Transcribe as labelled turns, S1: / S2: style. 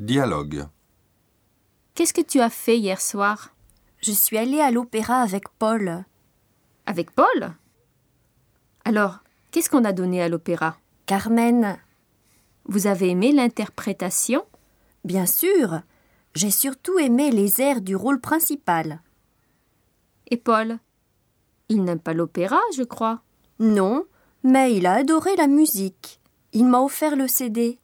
S1: Dialogue.
S2: Qu'est-ce que tu as fait hier soir
S3: Je suis allée à l'opéra avec Paul.
S2: Avec Paul Alors, qu'est-ce qu'on a donné à l'opéra
S3: Carmen,
S2: Vous avez aimé l'interprétation
S3: bien sûr. J'ai surtout aimé les airs du rôle principal.
S2: Et Paul Il n'aime pas l'opéra, je crois.
S3: Non, mais il a adoré la musique. Il m'a offert le CD.